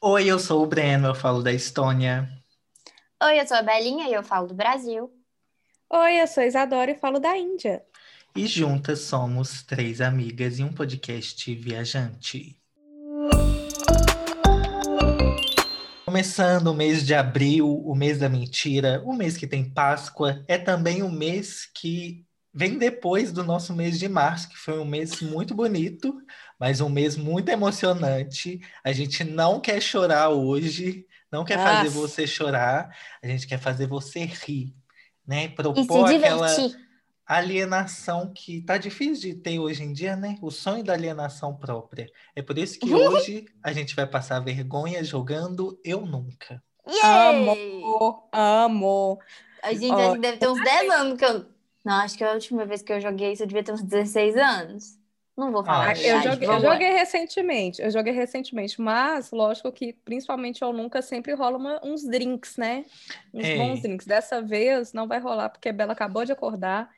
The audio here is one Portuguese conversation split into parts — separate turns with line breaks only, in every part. Oi, eu sou o Breno, eu falo da Estônia.
Oi, eu sou a Belinha e eu falo do Brasil.
Oi, eu sou a Isadora e falo da Índia.
E juntas somos três amigas e um podcast viajante. Começando o mês de abril, o mês da mentira, o mês que tem Páscoa, é também o mês que vem depois do nosso mês de março, que foi um mês muito bonito, mas um mês muito emocionante. A gente não quer chorar hoje, não quer fazer
Nossa.
você chorar, a gente quer fazer você rir, né?
E
Propor
se
aquela
divertir.
alienação que tá difícil de ter hoje em dia, né? O sonho da alienação própria. É por isso que hoje a gente vai passar vergonha jogando Eu Nunca.
Yay!
Amo, amo.
A gente
Ó,
acho que deve ter uns 10 anos que eu. Não, acho que a última vez que eu joguei isso eu devia ter uns 16 anos. Não vou falar.
Ah,
a
Eu
idade,
joguei, eu
vamos lá.
joguei recentemente, eu joguei recentemente, mas lógico que principalmente eu nunca sempre rola uma- uns drinks, né? Uns
É.
bons drinks. Dessa vez não vai rolar porque a Bela acabou de acordar.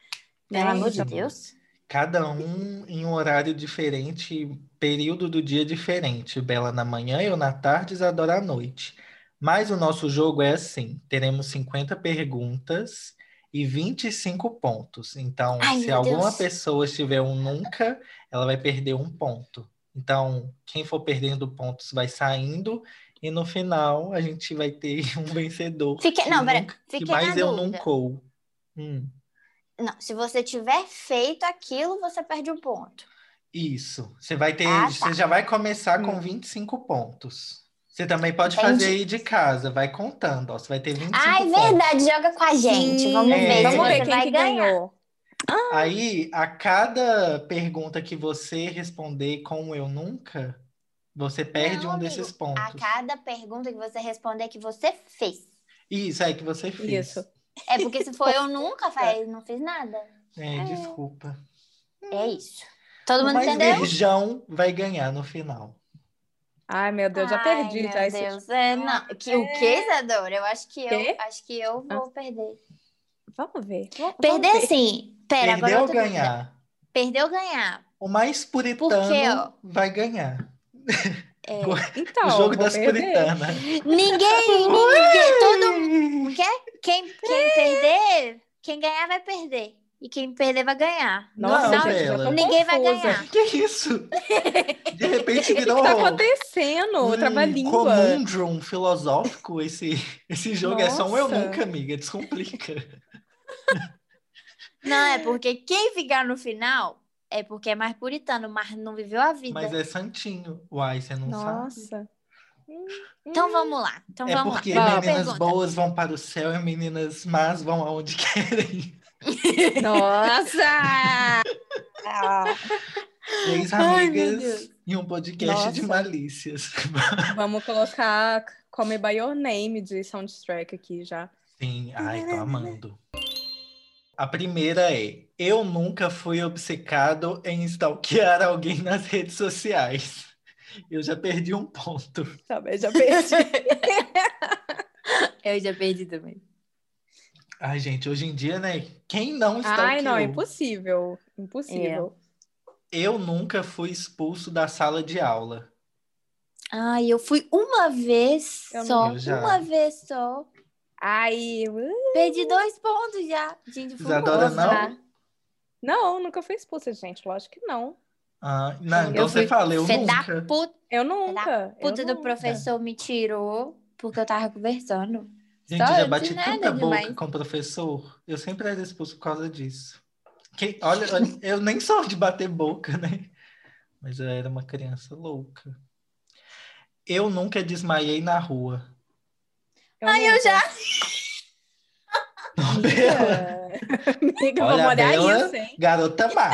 Pelo
né?
amor de
Então,
Deus.
Cada um em um horário diferente, período do dia diferente. Bela na manhã, eu na tarde, Isadora à noite. Mas o nosso jogo é assim: teremos 50 perguntas e 25 pontos. Então,
Ai,
se
meu
alguma
Deus.
pessoa estiver um nunca, ela vai perder um ponto. Então, quem for perdendo pontos vai saindo, e no final a gente vai ter um vencedor.
Fiquei...
que
Não, peraí.
nunca- que
Fiquei
mais
na
eu
dúvida.
nunca. ou. Hum,
Uhum.
Não, se você tiver feito aquilo, você perde um ponto.
isso. Você vai ter,
Ah, tá.
você já vai começar com
Hum.
25 pontos. Você também pode
Entendi.
fazer aí de casa, vai contando, ó, você vai ter 25
Ah, é
pontos.
verdade. Joga com a gente.
Sim.
Vamos
É.
ver se
Vamos
você
ver quem
vai
que
ganhar.
ganhou.
Aí, a cada pergunta que você responder com eu nunca, você perde
Não,
um
amigo,
desses pontos.
A cada pergunta que você responder que você fez.
Isso aí que você fez.
Isso.
É porque se for eu
É.
nunca, faz, não fiz nada.
É, desculpa.
É isso. Todo
O
mundo
mais
entendeu?
virgão vai ganhar no final.
Ai, meu Deus, já
Ai,
perdi
meu
já esse
Deus. É, não. Que, o que, Isadora? Eu acho que eu,
Quê?
acho que eu vou perder.
Vamos ver. Vamos
Perder
ver.
sim. Pera, agora
Perdeu ou
outra dúvida.
ganhar?
Perdeu ou ganhar?
O mais puritano
quê, ó?
vai ganhar.
É.
Go-
Então,
o jogo tá
vou
das
perder.
puritanas.
Ninguém, ninguém, todo quem, quem perder, quem ganhar vai perder. E quem perder vai ganhar. No
Nossa,
Não,
final,
gente, eu tô
ninguém vai
confusa.
ganhar.
Que isso? De repente
O
virou
que tá acontecendo?
um
Eu Trava-língua.
conundrum filosófico esse, esse jogo. É só um eu
Nossa.
nunca, amiga. Descomplica.
Não, é porque quem ficar no final é porque é mais puritano, mas não viveu a vida.
Mas é santinho. Uai, você não sabe.
Nossa.
Então vamos lá. Então
É
vamos
porque
lá. Primeira
Vamos.
meninas
pergunta.
boas vão para o céu e meninas más vão aonde querem.
Nossa! Ah,
Três
Ai, meu
amigas
Deus.
e um podcast de
Nossa.
malícias.
Vamos colocar Call Me By Your Name de soundtrack aqui já.
Sim, ai, tô amando. A primeira é: Eu nunca fui obcecado em stalkear alguém nas redes sociais. Eu já perdi um ponto.
Também já perdi.
Eu já perdi também.
Ai, gente, hoje em dia, né? Quem não stalkeou?
Ai, não, é impossível. Impossível.
Eu nunca fui expulso da sala de aula.
Ai, eu fui uma vez
Eu não-
só.
Eu já.
Uma vez só.
Ai, uh,
Perdi dois pontos já. Gente, fui
Isadora,
uma
não?
vez.
não, nunca fui expulsa, gente. Lógico que não.
Ah, não,
Eu
então você
fui
fala, eu
Fé
nunca.
da puta,
Eu nunca.
puta
eu
do
nunca.
professor me tirou porque eu tava conversando.
Gente,
Só
já
de
bati
nada
tanta boca
demais.
com o professor. Eu sempre era expulso por causa disso. Que, olha, olha, eu nem sou de bater boca, né? Mas eu era uma criança louca. Eu nunca desmaiei na rua.
Eu Ai,
Eu já.
Amiga,
Olha
vamos
a
olhar
Bela.
isso, hein?
Garota má.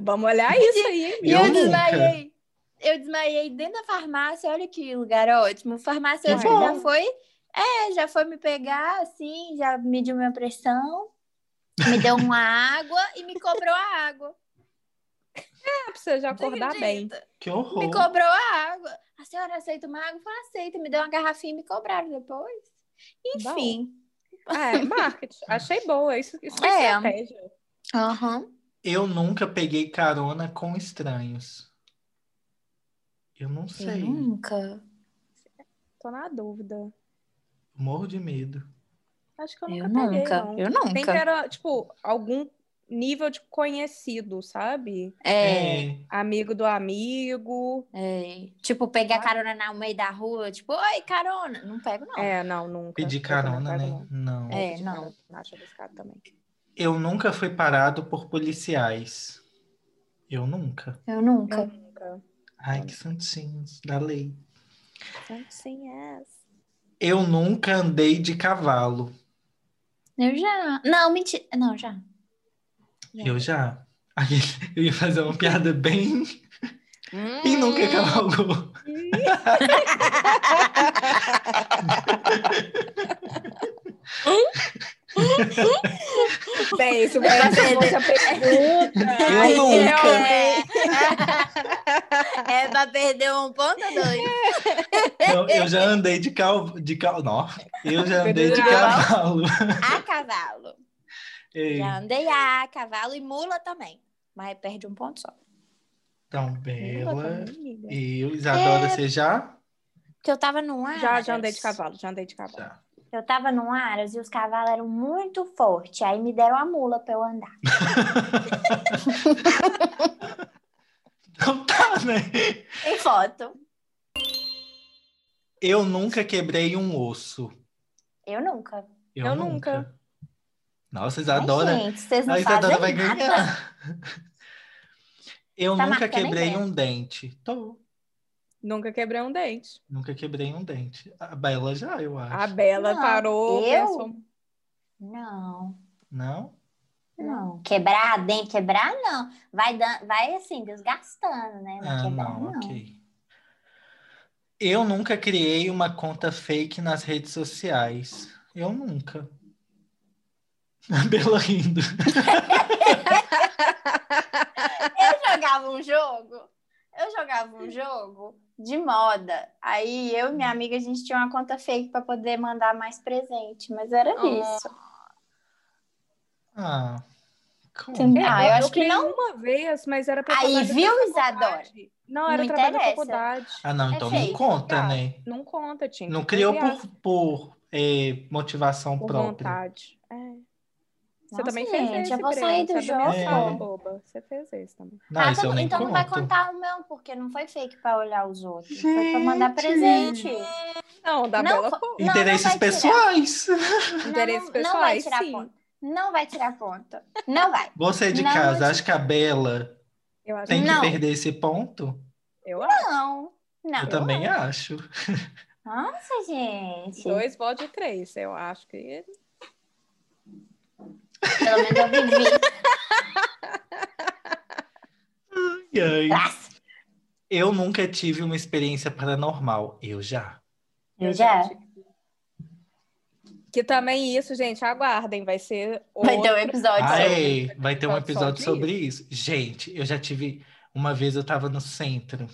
Vamos olhar isso aí, hein?
E
Eu
eu,
nunca.
desmaiei. Eu desmaiei dentro da farmácia. Olha que lugar ótimo. O farmacêutico
Que
já
bom.
foi. É, já foi me pegar, assim, já mediu minha pressão, me deu uma água e me cobrou a água.
Pra você já acordar bem.
Acredita?
Que
Me
horror.
cobrou a água. A senhora aceita uma água? Eu falei, aceita. Me deu uma garrafinha e me cobraram depois. Enfim.
Ah, É, marketing. Achei boa. Isso, isso foi
É.
estratégia.
Aham.
Eu nunca peguei carona com estranhos. Eu não
Eu
sei.
nunca.
Tô na dúvida.
Morro de medo.
Acho que eu nunca
Eu
peguei,
nunca.
não.
Eu
Sempre
nunca.
era, tipo, algum nível de conhecido, sabe?
É,
Amigo do amigo.
é. Tipo, pegar
Sabe?
carona no meio da rua, tipo, oi, carona. Não pego, não.
É, não, nunca.
pedir
Eu também não
carona,
pego,
né? Não.
não.
É,
Pedir
não.
carona, Acho arriscado também.
Eu nunca fui parado por policiais. Eu nunca.
Eu nunca.
Eu nunca.
Ai, que santinhos da lei.
Então, Sim, é.
Eu nunca andei de cavalo.
Eu já. Não, mentira. Não, já. Já.
Eu já. Ai, Eu ia fazer uma piada bem. Quem nunca é cavalgou?
Bem, isso vai ser outra
Hum,
pergunta.
Eu nunca.
É, é pra perder um ponto ou dois?
Eu, eu já andei de cal... de cal... Não. Eu já andei de
Pedro
cavalo.
A cavalo.
Ei,
Já andei a cavalo e mula também. Mas perde um ponto só.
Então,
Nunca
Bela.
também, amiga.
E eu, Isadora,
É.
você já?
Porque eu tava num Aras.
Já, já andei de cavalo, já andei de cavalo.
Já.
Eu tava num Aras e os cavalos eram muito fortes. Aí me deram a mula pra eu andar.
Então tá, né?
Tem foto.
Eu nunca quebrei um osso.
Eu nunca.
Eu,
Eu
nunca.
nunca.
Nossa,
Mas,
Isadora.
gente, vocês não
a Isadora
fazem
tá vai
nada.
ganhar. Eu
Tá
nunca
marcando
quebrei
ideia.
um dente. Tô.
Nunca quebrei um dente.
Nunca quebrei um dente. A Bela já, eu
A
acho.
Bela
Não,
parou, um
eu?
pensou.
Não,
Não?
não. Quebrar dentro, quebrar não. Vai, dan- vai assim, desgastando, né? Mas
Ah,
quebrar
não, ok. Eu nunca criei uma conta fake nas redes sociais. Eu nunca. A Bela rindo.
Eu jogava um jogo, eu jogava um jogo de moda. Aí eu e minha amiga, a gente tinha uma conta fake pra poder mandar mais presente, mas era
Ah.
isso.
Ah, como?
Entendeu? Ah, eu acho que
criei
não.
uma vez, mas era pra
Aí,
trabalho da
viu,
faculdade. Não, era
Não
trabalho da
interessa.
faculdade.
Ah, não,
É
então
fake.
não conta,
Ah,
né?
Não conta, tinha. que
Não criou
criar
é.
por, por eh, motivação
por
própria.
vontade. É. Você
Nossa,
também fez
gente,
esse,
eu vou
Breno.
sair do
Você também
jogo.
fala,
É.
boba. Você fez esse também.
Não,
Ah,
isso eu
então
nem
então
conto.
não vai contar o meu, porque não foi fake pra olhar os outros. Foi pra mandar presente.
Não, da
Não,
Bela
foi-
foi.
Não, não
Interesses
vai tirar.
pessoais.
Não,
Interesses
não, não vai
pessoais,
tirar
sim.
ponto. Não vai tirar ponto. Não vai.
Você de
Não,
casa
não.
acha que a Bela
Eu acho
tem
que
que
Não.
perder esse ponto?
eu acho.
Não. Não.
Eu também acho.
Nossa, gente.
Dois votos de três, eu acho que. é
Pelo menos eu vivi.
E aí?
Nossa.
Eu nunca tive uma experiência paranormal. Eu já.
Eu já.
tive. Que também isso, gente, aguardem. Vai ser
Vai ter
outro-
um episódio. sobre.
Ai, vai ter um episódio
episódio
sobre isso. Gente, eu já tive. Uma vez eu tava no centro.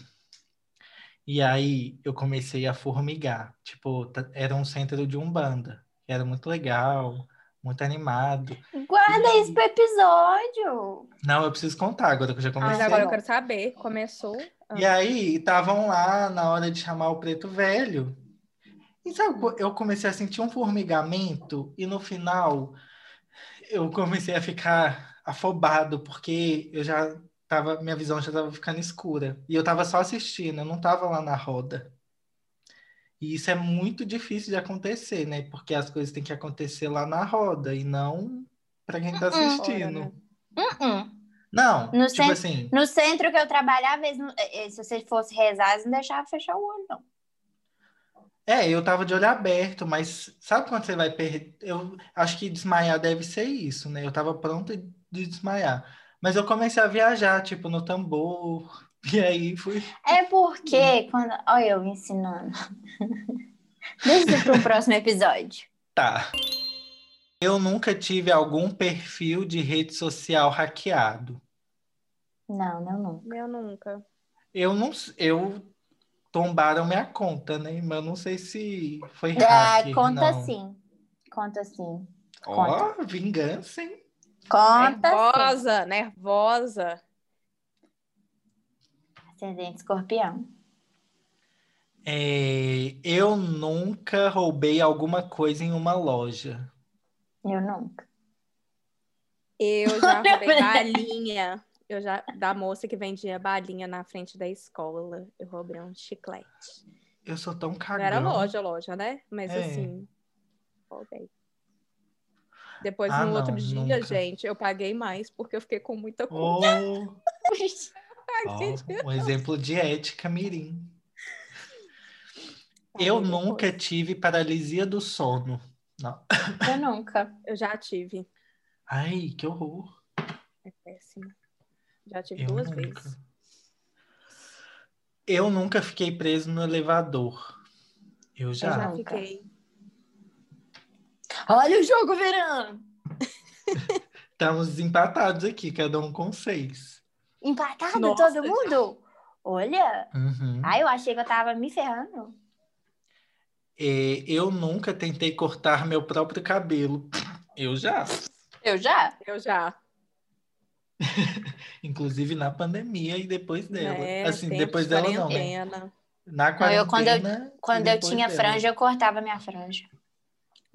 E aí eu comecei a formigar. Tipo, ta- era um centro de Umbanda. Era muito legal, muito animado.
Guarda isso pro episódio.
Não, eu preciso contar agora que eu já
Mas
comecei.
agora eu quero saber. Começou.
Ah.
E aí, estavam lá na hora de chamar o preto velho. E sabe, co- eu comecei a sentir um formigamento e no final eu comecei a ficar afobado porque eu já tava, minha visão já estava ficando escura. E eu tava só assistindo, eu não tava lá na roda. E isso é muito difícil de acontecer, né? Porque as coisas têm que acontecer lá na roda e não para quem tá
Uhum.
assistindo.
Fora,
Uh-uh.
Não,
No
tipo
centro-
assim,
No centro que eu trabalhava, eles não- eh, eh, se você fosse rezar, eles não deixavam fechar o olho, não.
É, eu tava de olho aberto, mas sabe quando você vai perder? Eu acho que desmaiar deve ser isso, né? Eu tava pronta de desmaiar. Mas eu comecei a viajar, tipo, no tambor. E aí fui.
É porque quando. Olha, eu ensinando. Deixa isso pro próximo episódio.
Tá. Eu nunca tive algum perfil de rede social hackeado.
Não, não, não.
né? Eu nunca.
Eu não. s- Eu tombaram minha conta, né? Mas eu não sei se foi
Ah,
hacker,
conta
não.
sim. Conta sim.
Ó, vingança, hein?
Conta sim.
Nervosa, nervosa.
Ascendente escorpião.
É, eu nunca roubei alguma coisa em uma loja.
Eu nunca.
Eu já roubei balinha. Eu já, da moça que vendia balinha na frente da escola, eu roubei um chiclete.
Eu sou tão
Não
cagão.
era loja, loja, né? Mas
É.
assim, roubei. Depois,
Ah,
no outro
não,
dia,
nunca.
gente, eu paguei mais porque eu fiquei com muita culpa.
Oh,
gente.
ó, um exemplo de ética mirim. Eu
Paguei
nunca
depois.
tive paralisia do sono.
Eu nunca.
Eu já tive.
Ai, que horror.
É péssimo. Já tive
Eu
duas
nunca.
vezes.
Eu nunca fiquei preso no elevador. Eu já.
Eu já
Nunca.
fiquei.
Olha o jogo virando.
Estamos empatados aqui, cada um com seis.
Empatado
Nossa,
todo mundo? Olha.
Uhum.
Ai, eu achei que eu tava me ferrando.
É, eu nunca tentei cortar meu próprio cabelo. Eu já.
Eu já?
Eu já.
Inclusive na pandemia e depois dela.
né,
assim,
tempo de
depois dela não, né?
quarentena.
Na
Não, eu- quando eu-
quarentena. e
Quando eu
depois
tinha
dela.
franja, eu cortava minha franja.
Hum.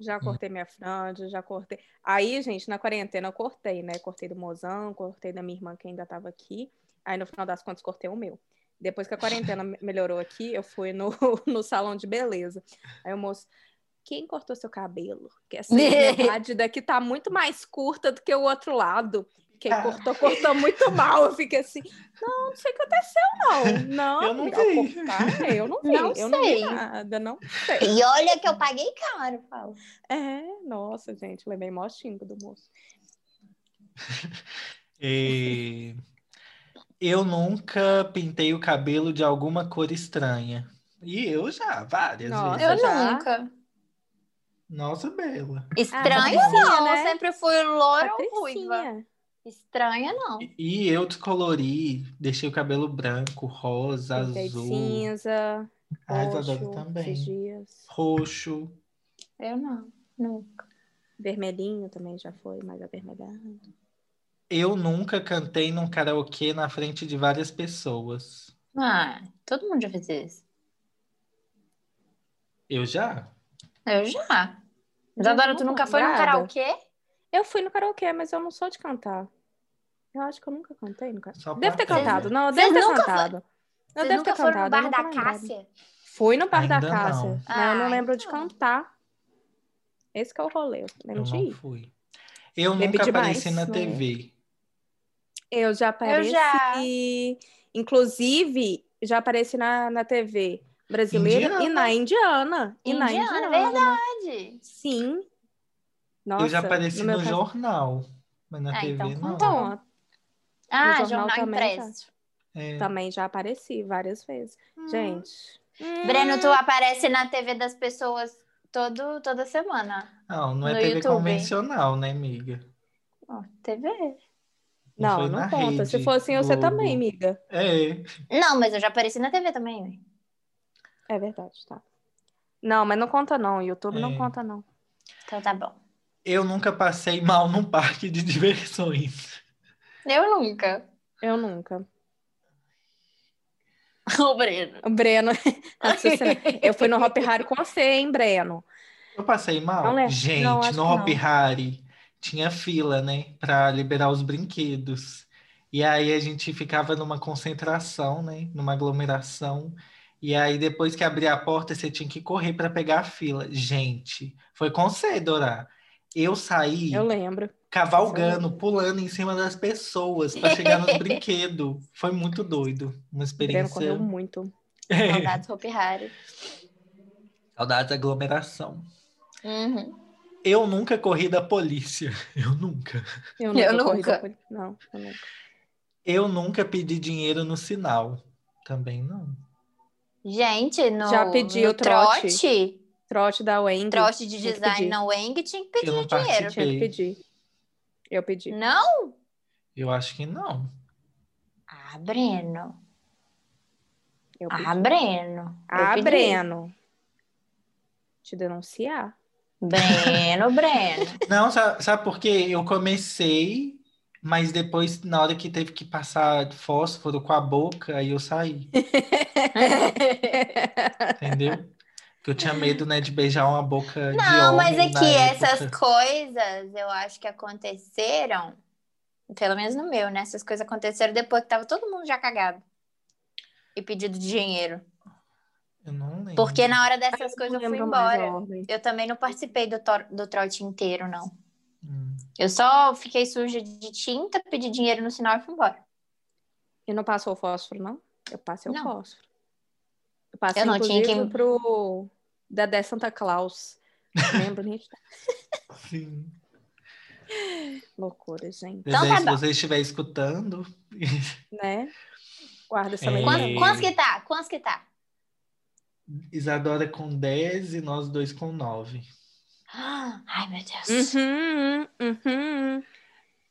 Já cortei minha franja, já cortei. Aí, gente, na quarentena eu cortei, né? Cortei do mozão, cortei da minha irmã que ainda tava aqui. Aí, no final das contas, cortei o meu. Depois que a quarentena me- melhorou aqui, eu fui no, no salão de beleza. Aí o moço, quem cortou seu cabelo? Que essa metade daqui tá muito mais curta do que o outro lado. Quem
Ah.
cortou, cortou muito mal. Eu fiquei assim, não, não sei o que aconteceu, não. Não,
Eu não
ao
vi.
cortar, eu não vi.
Não
eu não vi
sei.
nada, não
E olha que eu paguei caro, Paulo.
é, nossa, gente, levei mó xingo do moço.
É, Eu nunca pintei o cabelo de alguma cor estranha. E eu já, várias
Nossa.
vezes.
Eu já.
nunca.
Nossa, Bela.
Estranha
Ah, Patricinha,
não,
né?
eu sempre fui loura ou ruiva.
Patricinha.
Estranha não.
E- E eu descolori, deixei o cabelo branco, rosa,
Pintei de
azul,
cinza,
Ah, Isadora
roxo,
também.
esses dias.
roxo.
Eu não, nunca.
Vermelhinho também já foi, mais avermelhado.
Eu nunca cantei num karaokê na frente de várias pessoas.
Ah, todo mundo já fez isso.
Eu já?
Eu já. Mas agora tu
Não,
nunca foi no
nada.
karaokê?
Eu fui no karaokê, mas eu não sou de cantar. Eu acho que eu nunca cantei no karaokê.
Só
Devo ter
plateia.
cantado, não, eu
Vocês
devo ter
nunca
cantado. Eu
Vocês
devo
nunca
ter
foram no
cantado. eu
bar
não
da
tô lembrada.
Cássia?
Fui no bar
Ainda
da Cássia,
não.
mas eu não
Ah,
lembro de
então.
cantar. Esse que é o rolê, eu
Eu
lembro de
não
ir.
fui. Eu
Bebi
nunca
demais,
apareci
né?
na
não.
TV.
Eu já apareci.
já.
Inclusive, já apareci na, na TV brasileira e na indiana. E na
Indiana,
indiana.
verdade. Pode.
Sim. Nossa,
Eu já apareci
meu
no
caso- É,
jornal, mas na
Ah,
TV
então
não.
contou.
Então,
Ah,
No jornal
jornal,
também já.
impresso.
É.
também já apareci várias vezes.
Hum.
Gente.
Breno,
Hum.
tu aparece na TV das pessoas todo, toda semana.
Não, não é
No
TV
YouTube.
convencional, né, amiga?
Ó, TV.
Não,
foi
não
na
conta.
rede,
Se for assim, você
Globo.
também, amiga.
É,
Não, mas eu já apareci na TV também. ué.
É verdade, tá. Não, mas não conta não. YouTube não
É.
conta não.
Então tá bom.
eu nunca passei mal num parque de diversões.
Eu nunca.
Eu nunca.
Ô, Breno.
O Breno, raciocina. né? eu fui no Hop Harry com você, hein, Breno?
Eu passei mal?
Não lembro.
Gente,
Não, acho
no
que
Hop Hari tinha fila, né, Pra liberar os brinquedos. E aí a gente ficava numa concentração, né, numa aglomeração. E aí depois que abria a porta, você tinha que correr pra pegar a fila. Gente, foi com você, Dora. Eu saí
Eu lembro.
cavalgando, pulando em cima das pessoas pra chegar nos brinquedos. Foi muito doido, uma
O Breno
experiência.
correu muito.
Saudades Hopi Hari.
Saudades da aglomeração.
Uhum.
Eu nunca corri da polícia. Eu nunca.
Eu
Eu
corri
nunca.
depois- Não, eu nunca.
Eu nunca pedi dinheiro no sinal. Também não.
Gente, no,
Já pedi
no
o trote.
trote,
Trote da Wendy.
trote de
Tinha que pedir.
design na Weng, tinha que pedir
Eu não
o dinheiro.
Tinha que pedir. Eu pedi.
Não?
Eu acho que não.
Ah, Breno.
Eu pedi.
Ah, Breno. Eu
Ah,
pedi.
Breno. Te denunciar.
Breno, Breno.
Não, sa- sabe, por quê? Eu comecei Mas depois, na hora que teve que passar fósforo com a boca, aí eu saí, entendeu? Porque eu tinha medo, né, de beijar uma boca de
Não, mas
homem
é que
na época.
essas coisas eu acho que aconteceram, pelo menos no meu, né? Essas coisas aconteceram depois que tava todo mundo já cagado. E pedido de dinheiro.
Eu não lembro.
Porque na hora dessas coisas eu fui
lembro mais a
embora.
ordem.
Eu também não participei do, tor- do trote inteiro, não.
Hum.
Eu só fiquei suja de tinta, pedi dinheiro no sinal e fui embora.
E não passou o fósforo, não? Eu passei
Não.
o fósforo. Eu passei,
Eu não tinha
inclusive,
quem-
pro Dedé Santa Claus. Lembro, gente?
Sim.
Loucura, gente.
Então
Dedé,
tá
se
bom.
você estiver escutando,
Né? Guarda essa
É.
Quantos,
lembrança.
quantos que tá? Quantos que tá?
Isadora com 10 e nós dois com 9.
Ai, meu Deus.
Uhum, uhum.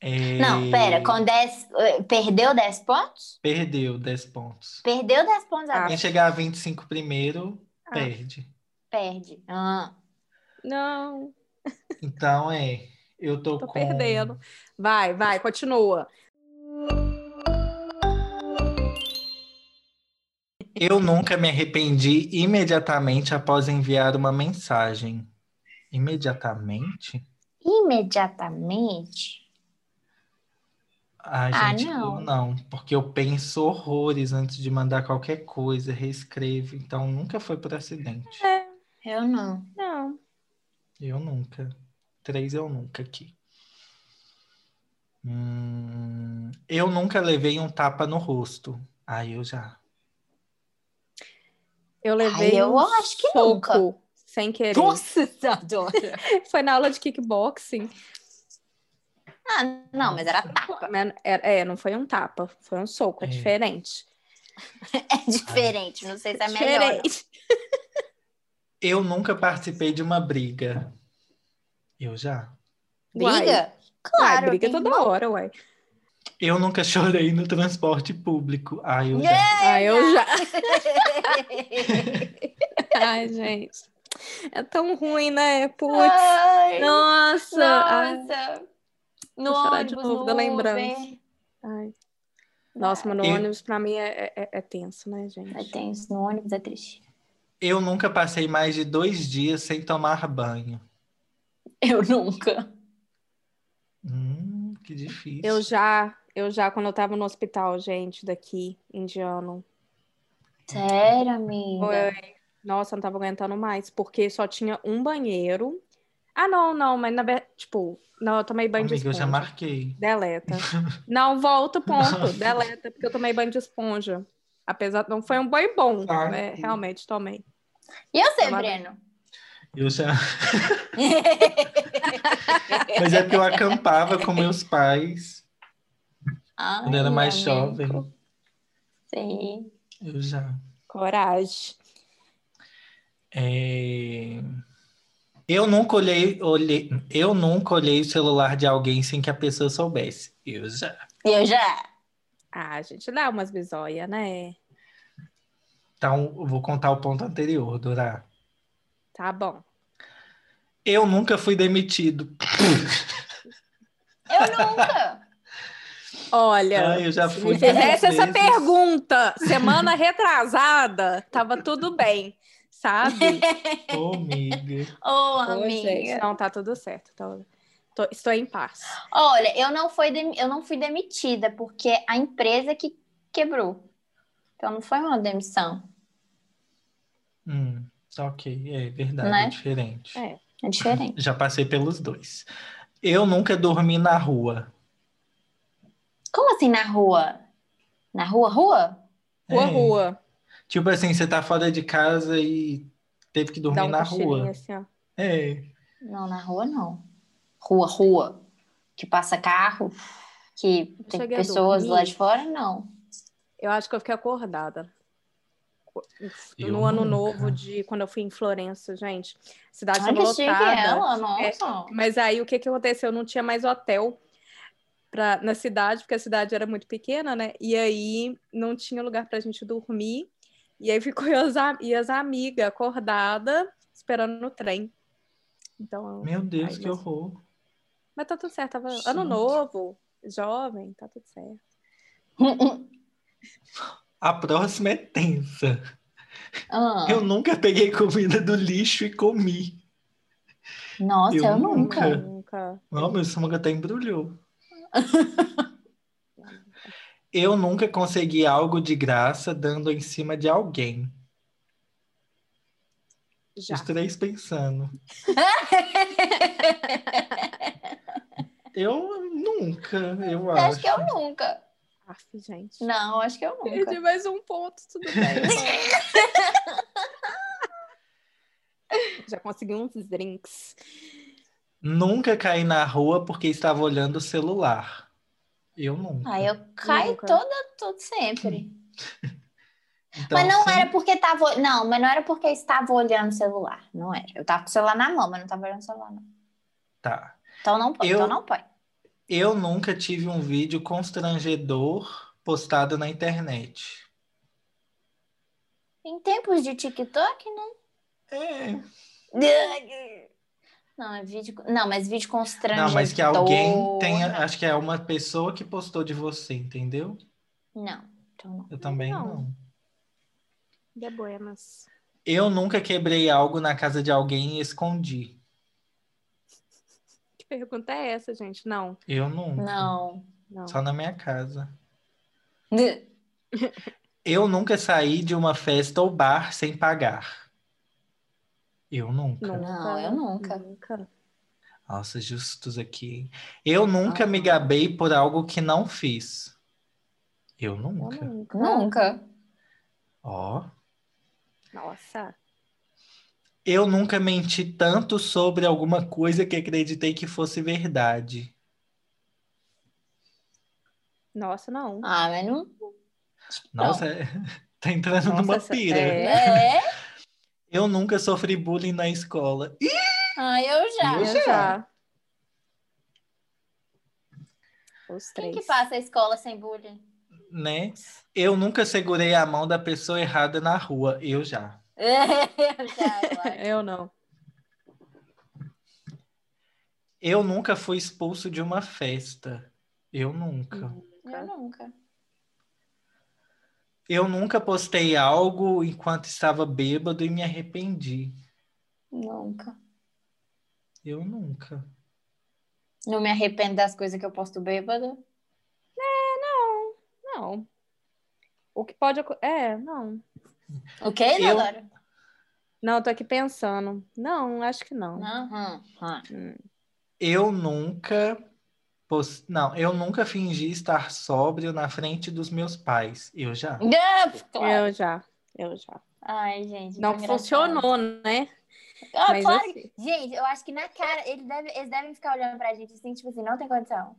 É,
Não, pera, com 10. eh, Perdeu 10 pontos?
Perdeu 10 pontos.
Perdeu 10 pontos
Ah.
agora.
Quem chegar a 25 primeiro,
Ah.
perde.
Perde. Ah.
Não,
Então é, eu tô,
tô
com
perdendo. Vai, vai, continua.
Eu nunca me arrependi imediatamente após enviar uma mensagem. Imediatamente?
Imediatamente.
Ai,
Ah,
gente,
não.
eu não, porque eu penso horrores antes de mandar qualquer coisa, reescrevo, então nunca foi por acidente.
Eu não.
Não.
Eu nunca. Três eu nunca aqui. Hum, eu nunca levei um tapa no rosto. Aí eu já.
Eu levei
Ai, eu
um
acho que
soco
nunca.
sem querer.
adora.
Foi na aula de kickboxing.
ah, não, mas era tapa.
Mas era- É, não foi um tapa, foi um soco, é
É.
diferente.
É diferente, não sei se é melhor.
Diferente.
Eu nunca participei de uma briga. Eu já.
Uai.
Briga?
Uai,
Claro.
briga
tem-
toda hora, uai.
Eu nunca chorei no transporte público. Aí eu já.
Ah, eu já. Ai, gente. É tão ruim, né? Putz.
Ai,
Nossa. Ai,
Nossa. No
Vou chorar de
ônibus,
novo
no
da
Uber.
lembrança. ai. Nossa, mas no
E-
ônibus pra mim é, é- é tenso, né, gente?
É tenso, no ônibus é triste.
Eu nunca passei mais de dois dias sem tomar banho.
Eu nunca.
Hum, que difícil.
Eu já, eu já, quando eu tava no hospital, gente, daqui, indiano.
Sério, amiga?
Foi. Nossa, eu não tava aguentando mais, porque só tinha um banheiro. Ah, não, não, mas na verdade, tipo, não, eu tomei banho de
Amiga, eu já
esponja.
marquei.
Deleta. Não, volta o ponto.
Nossa.
Deleta, porque eu tomei banho de esponja. Apesar não foi um banho bom,
Claro.
né? Realmente tomei.
E eu sei,
Tava
Breno?
Eu já. Mas é porque eu acampava com meus pais quando
Ai,
eu era mais
amigo.
jovem.
Sim.
Eu já.
Coragem.
É, Eu nunca olhei, olhei, eu nunca olhei o celular de alguém sem que a pessoa soubesse. Eu já.
Eu já.
Ah, gente, dá umas bizóias, né?
Então, eu vou contar o ponto anterior, Dora.
Tá bom.
Eu nunca fui demitido.
Eu nunca.
Olha,
Ah, eu já
se
fui
me fizesse
várias
É, essa
vezes.
pergunta semana retrasada, tava tudo bem, sabe?
Ô, amiga.
Ô,
Ô, gente,
amiga.
não, tá tudo certo. tô- tô- estou em paz.
Olha, eu não, fui dem- eu não fui demitida, porque a empresa que quebrou. Então não foi uma demissão.
Hum, tá ok, é verdade,
Né?
é diferente.
É.
É diferente.
Já passei pelos dois. Eu nunca dormi na rua.
Como assim na rua? Na rua, rua?
Rua,
É.
rua.
Tipo assim, você tá fora de casa e teve que dormir
Dá um
na
cochilinho
rua.
assim, ó.
É.
Não, na rua não. Rua, rua. Que passa carro, que tem
cheguei a
pessoas
dormir.
lá de fora, não.
Eu acho que eu fiquei acordada.
Eu
no ano
nunca.
novo de quando eu fui em Florença, gente. A Cidade
Olha
estava
que chique
lotada.
ela, nossa.
Mas aí o que que aconteceu? Não tinha mais hotel pra, na cidade, porque a cidade era muito pequena, né? E aí não tinha lugar pra gente dormir. E aí ficou eu as a- e as amigas acordada esperando no trem. Então,
Meu Deus,
Ai,
que
mas-
horror.
mas tá tudo certo, tava
Gente.
ano novo. Jovem, tá tudo certo.
A próxima é tensa.
Ah,
Eu nunca peguei comida do lixo e comi.
Nossa, eu,
eu
nunca.
nunca.
Nunca.
Ó, meu estômago até embrulhou. Eu nunca consegui algo de graça dando em cima de alguém.
Já.
Tá.
Os três pensando. eu nunca, eu
Eu
acho.
Acho que eu nunca.
Aff, gente.
Não, acho que eu nunca.
Perdi mais um ponto, tudo bem. Já consegui uns drinks.
Nunca caí na rua porque estava olhando o celular. Eu nunca.
Ah, eu caio
Nunca.
toda, todo sempre.
Então,
Mas não
sim,
era porque tava. ol- Não, mas não era porque eu estava olhando o celular. Não era. Eu tava com o celular na mão, mas não tava olhando o celular, não.
Tá.
Então não pode.
Eu-
Então não pode.
Eu nunca tive um vídeo constrangedor postado na internet.
Em tempos de TikTok,
É,
né? Não, é vídeo. Não, mas vídeo constrangedor.
Não, mas que alguém tenha. Acho que é uma pessoa que postou de você, entendeu?
Não, então não.
Eu também
Não.
não.
De é buenas.
Eu nunca quebrei algo na casa de alguém e escondi.
Que pergunta é essa, gente? Não,
Eu nunca.
Não.
não.
Só na minha casa.
Né?
Eu nunca saí de uma festa ou bar sem pagar. Eu nunca.
Não.
Não, eu nunca.
Nunca.
Nossa, justos aqui. hein? Eu nunca me gabei por algo que não fiz. Eu
Eu
nunca.
nunca.
Nunca.
Ó.
Nossa.
Eu nunca menti tanto sobre alguma coisa que acreditei que fosse verdade.
Nossa, não.
Ah, mas não.
Nossa, é- tá entrando
Nossa,
numa
essa-
pira.
é.
É?
Eu nunca sofri bullying na escola. Ih,
Ah, eu já.
Eu
Eu
é.
já. Os
Quem
três.
que passa a escola sem bullying?
né? Eu nunca segurei a mão da pessoa errada na rua. Eu já.
Eu já, eu acho.
É, Eu não.
Eu nunca fui expulso de uma festa. Eu nunca.
Hum.
Eu nunca.
Eu nunca postei algo enquanto estava bêbado e me arrependi.
Nunca.
Eu nunca.
Não me arrependo das coisas que eu posto bêbado.
Não. O que pode acon- É, não.
O quê,
Eu-
Isadora?
Não, eu tô aqui pensando. Não, acho que não.
Não, hum, hum.
Eu nunca. pos- Não, eu nunca fingi estar sóbrio na frente dos meus pais. Eu já.
Ah, pff, claro.
Eu já. Eu já.
Ai, gente.
Não
que engraçado.
funcionou, né?
Ah,
Mas
claro
assim,
Gente, eu acho que na cara, ele deve- eles devem ficar olhando pra gente assim, tipo assim, não tem condição.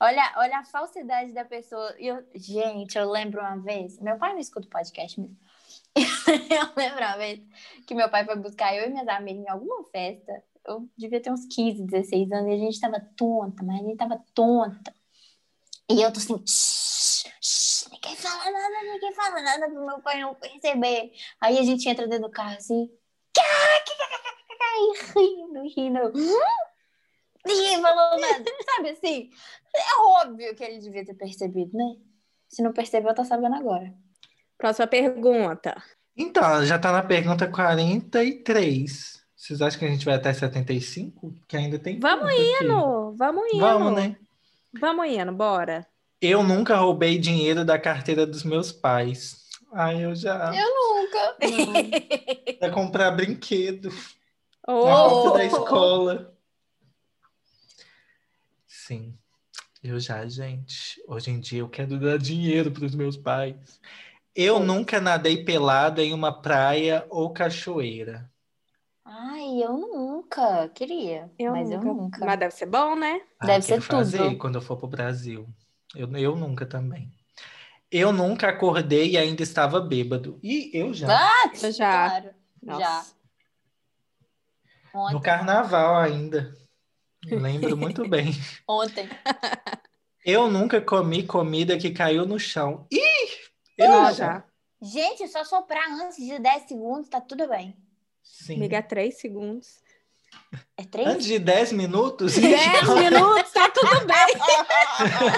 Olha, olha a falsidade da pessoa. E eu- gente, eu lembro uma vez, meu pai não escuta podcast mesmo. eu lembro uma vez que meu pai foi buscar eu e minhas amigas em alguma festa. Eu devia ter uns 15, 16 anos e a gente tava tonta, mas a gente tava tonta. E eu tô assim, "Shh, shh, ninguém fala nada, ninguém fala nada pro meu pai não perceber. Aí a gente entra dentro do carro assim, Ai, rindo, rindo. Ninguém falou nada. Sabe assim? É óbvio que ele devia ter percebido, né? Se não percebeu, tá sabendo agora.
Próxima pergunta.
Então, já tá na pergunta 43. Vocês acham que a gente vai até 75? Que ainda tem.
Vamos
indo!
Indo, Vamos indo.
Vamos, né?
Vamos indo, bora.
Eu nunca roubei dinheiro da carteira dos meus pais. Ai, eu já.
Eu nunca.
Pra comprar brinquedo na
Ô,
volta da escola. Sim, eu já, gente. Hoje em dia eu quero dar dinheiro pros meus pais. Eu nunca nadei pelada em uma praia ou cachoeira.
Ai, eu nunca. Queria.
eu
mas eu nunca.
Mas deve ser bom, né?
Ah,
Deve
quero
ser tudo.
fazer quando eu for pro Brasil. Eu, eu nunca também. Eu nunca acordei e ainda estava bêbado. E eu já.
Ah,
Eu já.
claro.
Nossa.
Ontem.
no carnaval ainda. Eu Lembro muito bem.
Ontem.
Eu nunca comi comida que caiu no chão. Ih! Eu
Eu já.
Gente, só soprar antes de 10 segundos, tá tudo bem.
Sim.
Amiga, três É. segundos.
É três?
Antes de 10 minutos, gente,
10 minutos, tá tudo bem.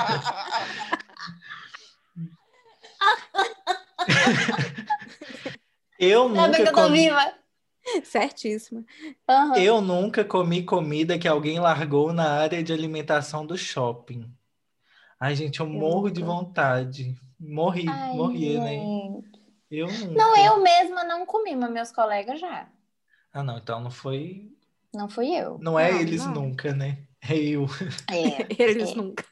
eu
Sabe
nunca
que eu tô
comi.
viva?
Certíssimo.
Aham.
Eu nunca comi comida que alguém largou na área de alimentação do shopping. Ai, gente, eu, morro de
nunca.
vontade. Morri,
Ai,
morri, né?
gente.
Eu nunca.
Não, eu mesma não comi, mas meus colegas já.
Ah, não, então não foi.
Não fui eu.
Não é
Não,
eles
não.
nunca, né? É eu.
É.
Eles
É.
nunca.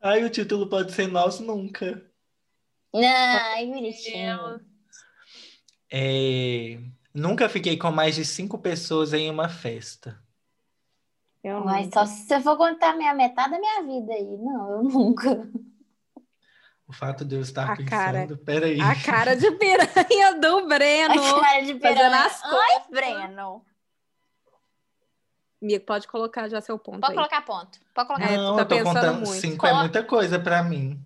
Ai, o título pode ser Nós Nunca.
Ai, bonitinho.
É, Nunca fiquei com mais de cinco pessoas em uma festa.
Eu
Mas
nunca.
só se você for contar minha metade da minha vida aí. Não, eu nunca.
O fato de eu estar
A
pensando,
cara.
peraí.
A cara de piranha do
A
Breno.
cara de
Fazendo
piranha.
as
Ai, Breno.
Amigo, pode colocar já seu ponto
Pode
aí.
colocar ponto. Pode colocar.
É, tu
Não,
tá
eu tô
pensando
contando
muito.
cinco é
Coloca-
muita coisa pra mim.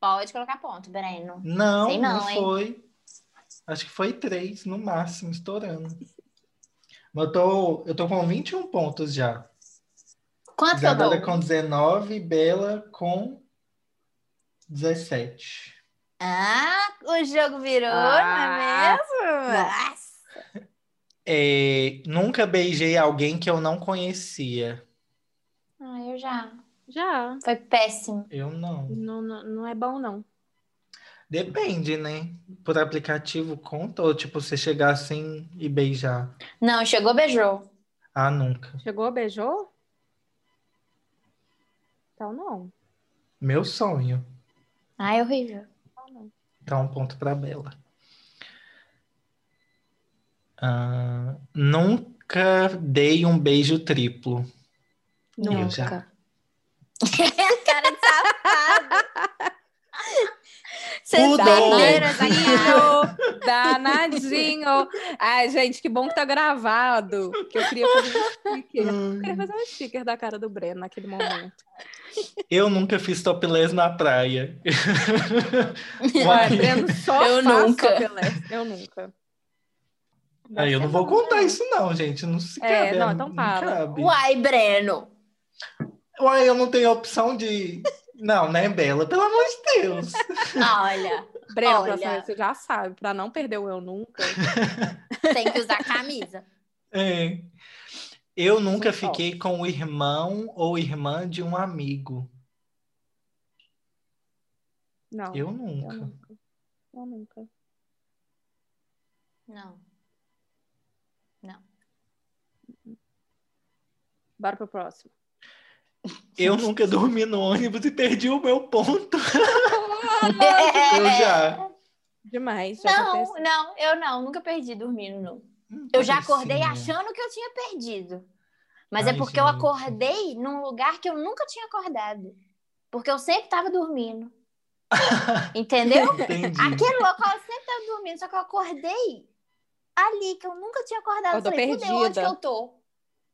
Pode colocar ponto, Breno.
Não,
Sei
não,
não, hein?
foi. Acho que foi três no máximo, estourando. Mas eu tô, eu tô com 21 pontos já.
Quanto que eu
Isabela
dou?
com 19, Bela com 17.
Ah, o jogo virou,
Ah.
não é mesmo? Nossa.
É, nunca beijei alguém que eu não conhecia.
Ah, eu já.
Já.
Foi péssimo.
Eu não.
Não, não, não é bom, não.
Depende, né? Por aplicativo conta ou tipo você chegar assim e beijar?
Não, chegou, beijou.
Ah, nunca.
Chegou, beijou? Então não.
Meu sonho.
Ai, horrível.
Então, não.
Dá um ponto pra Bela. Ah, nunca dei um beijo triplo. Eu já.
Nunca. cara de safado. Você
Pudor.
doideira, safado.
Danadinho, danadinho. Ai, gente, que bom que tá gravado. Que eu queria fazer um sticker. Eu
Hum.
queria fazer um sticker da cara do Breno naquele momento.
Eu nunca fiz topless na praia.
Ué,
Uai.
Breno só
Eu
faz
nunca.
topless. Eu nunca.
Aí eu não vou contar isso, não, gente. Não se
É,
cabe.
não, então fala.
cabe.
Uai, Breno.
Uai, eu não tenho opção de. Não, né, Bela? Pelo amor de Deus.
Olha,
Breno,
Olha.
próxima vez você já sabe, pra não perder o eu nunca.
tem que usar camisa.
É. Eu nunca
São Paulo.
fiquei com o irmão ou irmã de um amigo.
Não.
Eu
eu
nunca.
nunca. Eu nunca.
Não.
Bora pro próximo.
Eu nunca dormi no ônibus e perdi o meu ponto.
É,
Eu já.
Demais. Já
Não,
aconteceu.
não, eu não. Nunca perdi dormindo, não. Eu já acordei achando que eu tinha perdido. Mas
Ai,
é porque eu
gente.
acordei num lugar que eu nunca tinha acordado. Porque eu sempre tava dormindo. Entendeu?
Entendi.
Aquele local eu sempre tava dormindo, só que eu acordei ali, que eu nunca tinha acordado. Eu
Acordou
falei, fudeu, onde que
perdida."
eu tô?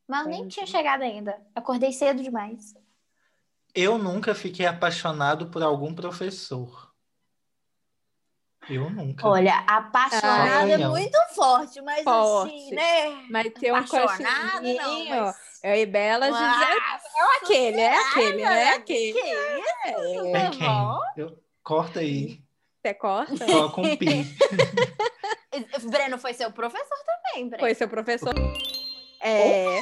Mas eu nem
Entendi.
tinha chegado ainda. Acordei cedo demais.
Eu nunca fiquei apaixonado por algum professor. Eu nunca.
Olha, apaixonada é
Ai, não.
muito forte, mas
Forte.
assim, né?
Mas tem um
Apaixonada
crushzinho.
não, mas...
Eu e Bela dizia
Nossa,
aquele, é aquele, é aquele.
que isso?
É
tá
quem?
bom.
Eu- Corta aí.
Você corta?
Coloca um pi.
Breno foi seu professor também, Breno.
Foi seu professor. É.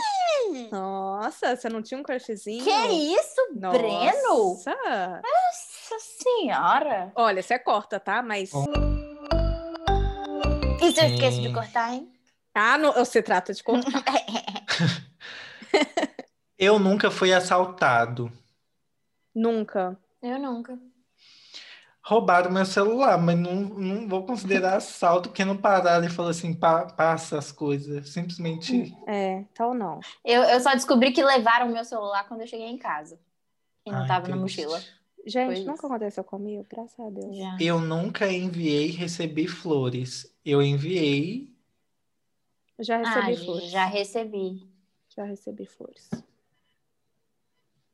Nossa, você não tinha um crushzinho?
Que isso,
Nossa.
Breno? Nossa senhora!
Olha, você corta, tá? Mas.
Isso eu esqueço
Hum.
de cortar, hein?
Ah, não, você trata de cortar.
Eu nunca fui assaltado.
Nunca.
Eu nunca.
Roubaram meu celular, mas não, não vou considerar assalto, porque não pararam e falaram assim, "Pa- passa as coisas. Simplesmente.
É, então não.
Eu, eu só descobri que levaram meu celular quando eu cheguei em casa. E não
Ai,
tava na
triste.
mochila.
Gente,
Foi
nunca
isso.
aconteceu comigo, graças a Deus.
Já.
Eu nunca enviei e recebi flores. Eu enviei.
Eu já recebi
Ah,
flores.
já recebi.
Já recebi flores.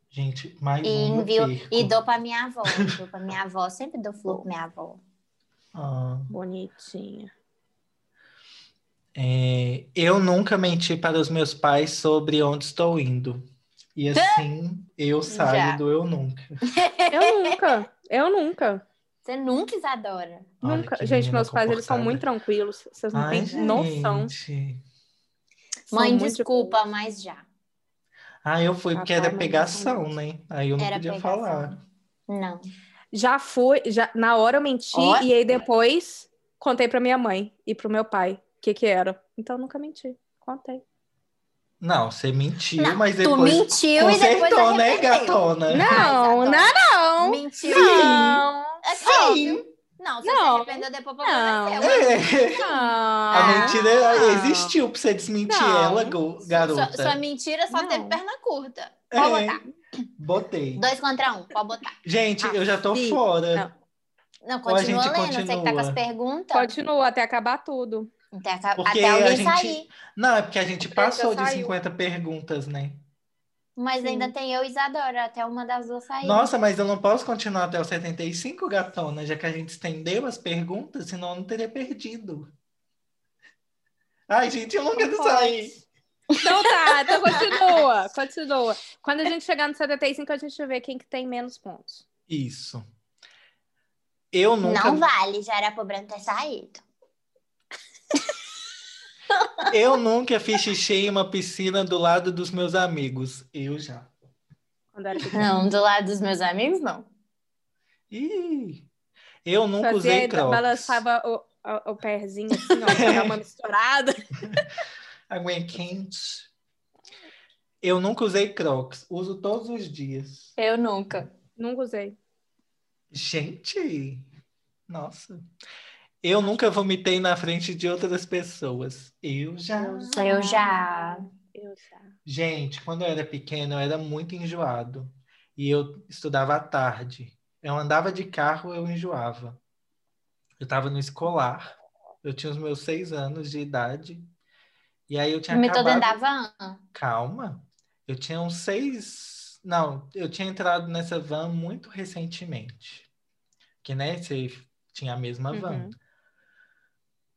Gente, mais
E
um eu
envio-
perco.
E dou pra minha avó. dou pra minha avó. Sempre dou flor pra minha avó.
Ah,
Bonitinha.
É, eu nunca menti para os meus pais sobre onde estou indo. E assim eu saio
Já.
do eu nunca.
Eu nunca, eu nunca,
Você nunca Isadora.
Olha
nunca.
que
Gente,
menina
meus pais, eles são
comportada.
muito tranquilos. Vocês não
Ai,
têm noção.
gente.
São
Mãe,
muito de
desculpa, mas já.
Ah, eu fui porque era
Papai, mamãe,
pegação, né? Aí eu não
Era
podia
pegação.
falar.
Não.
Já fui, já, na hora eu menti,
Ó.
e aí depois contei pra minha mãe e pro meu pai o que que era. Então eu nunca menti, contei.
Não, você mentiu,
Não,
mas
tu
depois
mentiu e depois
consertou, né,
arrependeu.
gatona?
Não,
Isadora.
não, não!
Mentiu.
Não,
É
Sim.
óbvio. Não, você
Não.
se arrependeu depois o
Não.
problema é seu.
É, a
Ah.
não. Ah.
mentira
não.
existiu pra você desmentir
Não.
ela, go- É, garota.
Sua, sua mentira só
Não.
teve perna curta.
É,
Pode botar.
botei.
Dois contra um, pode botar.
Gente, eu já tô
Sim.
fora.
Não,
Ou a
continua
gente
lendo, você que tá com as
continua.
perguntas.
Continua até acabar tudo.
Até, aca-
Porque
até alguém
a gente-
sair.
Não, é porque a gente
Peraí, já
passou de
saiu.
50 perguntas, né?
Mas
Sim.
ainda tem eu e Isadora, até uma das duas sair.
Nossa, mas eu não posso continuar até os 75, gatona, já que a gente estendeu as perguntas, senão eu não teria perdido. Ai, gente, eu não quero
Não
sair.
Então tá, então continua, continua. Quando a gente chegar no 75, a gente vê quem que tem menos pontos.
Isso. Eu nunca.
Não vale, já era pro Branco ter saído.
Eu nunca fiz xixi em uma piscina do lado dos meus amigos. Eu já.
Quando era pequena.
Não, do lado dos meus amigos, não.
Ih, eu nunca
Fazia,
usei crocs.
balançava o, o, o pezinho assim, ó, pra dar uma misturada.
Aguinha quente. Eu nunca usei crocs. Uso todos os dias.
Eu nunca.
Nunca usei.
Gente, nossa. Eu nunca vomitei na frente de outras pessoas. Eu já.
Eu já.
Eu já.
Gente, quando eu era pequeno, eu era muito enjoado. E eu estudava à tarde. Eu andava de carro, eu enjoava. Eu estava no escolar. Eu tinha os meus seis anos de idade. E aí eu tinha
Me tô
acabado...
dentro da van.
Calma. Eu tinha uns seis. Não, eu tinha entrado nessa van muito recentemente. Que, né, você tinha a mesma van.
Uhum.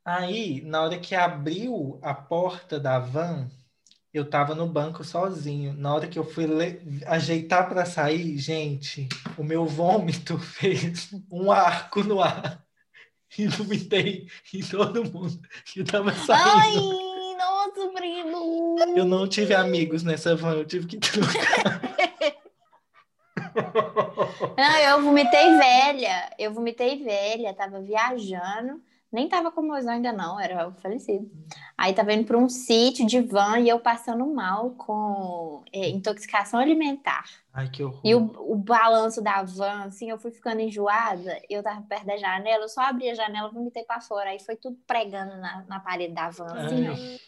Aí, na hora que abriu a porta da van, eu tava no banco sozinho. Na hora que eu fui le- ajeitar para sair, gente, o meu vômito fez um arco no ar. E vomitei em todo mundo que tava saindo.
Ai, nossa, primo.
Eu não tive amigos nessa van, eu tive que trocar.
Não, eu vomitei velha. Eu vomitei velha, tava viajando. Nem tava com o mozão ainda não, era o falecido. Aí tava indo pra um sítio de van e eu passando mal com é, intoxicação alimentar.
Ai, que horror.
E o, o balanço da van, assim, eu fui ficando enjoada. Eu tava perto da janela, eu só abri a janela, vomitei pra fora. Aí foi tudo pregando na, na parede da van, assim, ó.
Ai,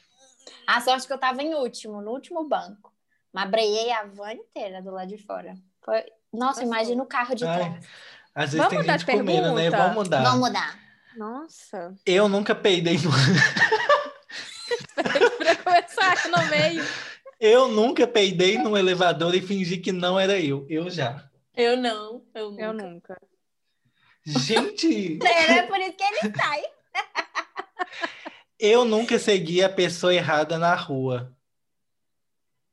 A sorte que eu tava em último, no último banco. Mas breiei a van inteira do lado de fora. Foi- Nossa,
Nossa.
imagina o carro de
Ai,
trás.
Às vezes
Vamos
tem
mudar de
gente com medo, né?
pergunta?
Vamos mudar.
Vamos mudar.
Nossa.
Eu nunca peidei no...
pra começar aqui no meio.
Eu nunca peidei num elevador e fingi que não era eu. Eu já.
Eu não, eu nunca.
Eu nunca.
Gente,
É por isso que ele sai.
eu nunca segui a pessoa errada na rua.